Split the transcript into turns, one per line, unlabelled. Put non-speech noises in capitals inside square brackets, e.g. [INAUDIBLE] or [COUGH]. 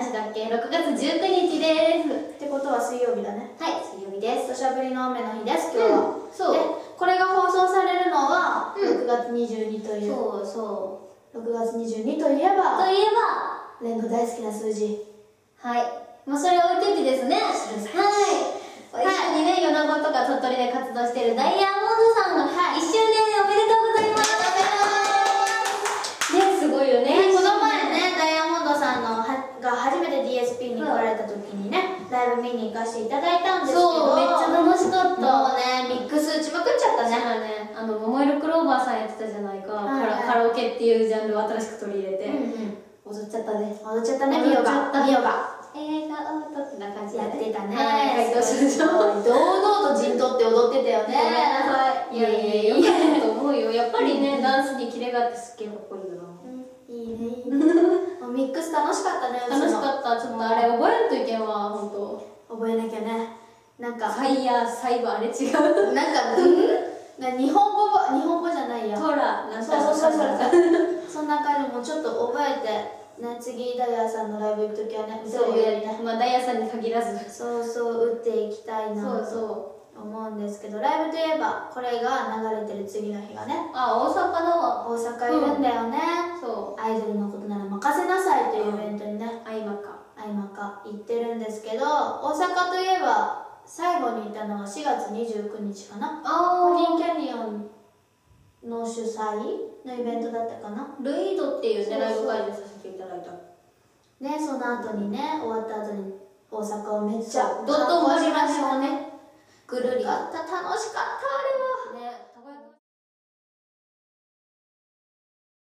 6月19日で
っ
す
てことは水曜日だね
はい水曜日です
土砂降りの雨の日です
今
今日
日
は、
はそう
でこれが放送されるのは
うん
6月22という、
そうそ
6月22といえ
う
ば
といえば
蓮の大好きな数字
はいまあそれ置いといてですねはい一緒にね米子とか鳥取で活動してるダイヤモンドさんの1周年おめでとうございますねすごいよ
ね
ね
この前ねダイヤモンドさんのはが初めて DSP に来られた時にね、ライブ見に行かせていただいたんですけど
そうめっちゃ楽しかった
もうねミックス打ちまくっちゃったね
だね、あの桃色クローバーさんやってたじゃないか、
はい
カラカラオケっていうジャンルを新しく取り入れて、
う
踊っちゃったね
んうん踊っちゃったね
踊
ミ
っちゃ
オ
った
がミオが
映画を撮ってな感
やってたね
はい、回答する
すごい堂々と陣取って踊ってたよね
ねいやいやいや
い
よかったと思うよやっぱりね、ダンスにキレがあってすっげえかっこいいよな、
いいねいいねもうミックス楽しかったねうちも
楽しかったちょっとあれ覚えんといけんわ本当。
覚えなきゃねなんか
ファイヤーサイバーあれ違う
なんかうんな日本語ば日本語じゃないや
トラなん
そうそうそうそ
[LAUGHS] なんか
うそんな感じもうちょっと覚えてね次ダイヤさんのライブ行く時はね
そう
歌うよりね
まあダイヤさんに限らず
そうそう打っていきたい
そう
なと
そう
思うんですけどライブといえばこれが流れてる次の日がね
あ大阪だわ
大阪いるんだよね、
そ
アイドルのことなら任せなさいというイベントにね
う相まか
相まか行ってるんですけど大阪といえば最後に行ったのは4月29日かな
あ
コリンキャニオンの主催のイベントだったかな
ルイードっていう
そ
ね
う
ライ
そう
ブ会場させていただいた
でその後にね終わった後に大阪をめっちゃ
どっと回りまし
し
ょ
た
うね
ぐるりあった楽しかったあれは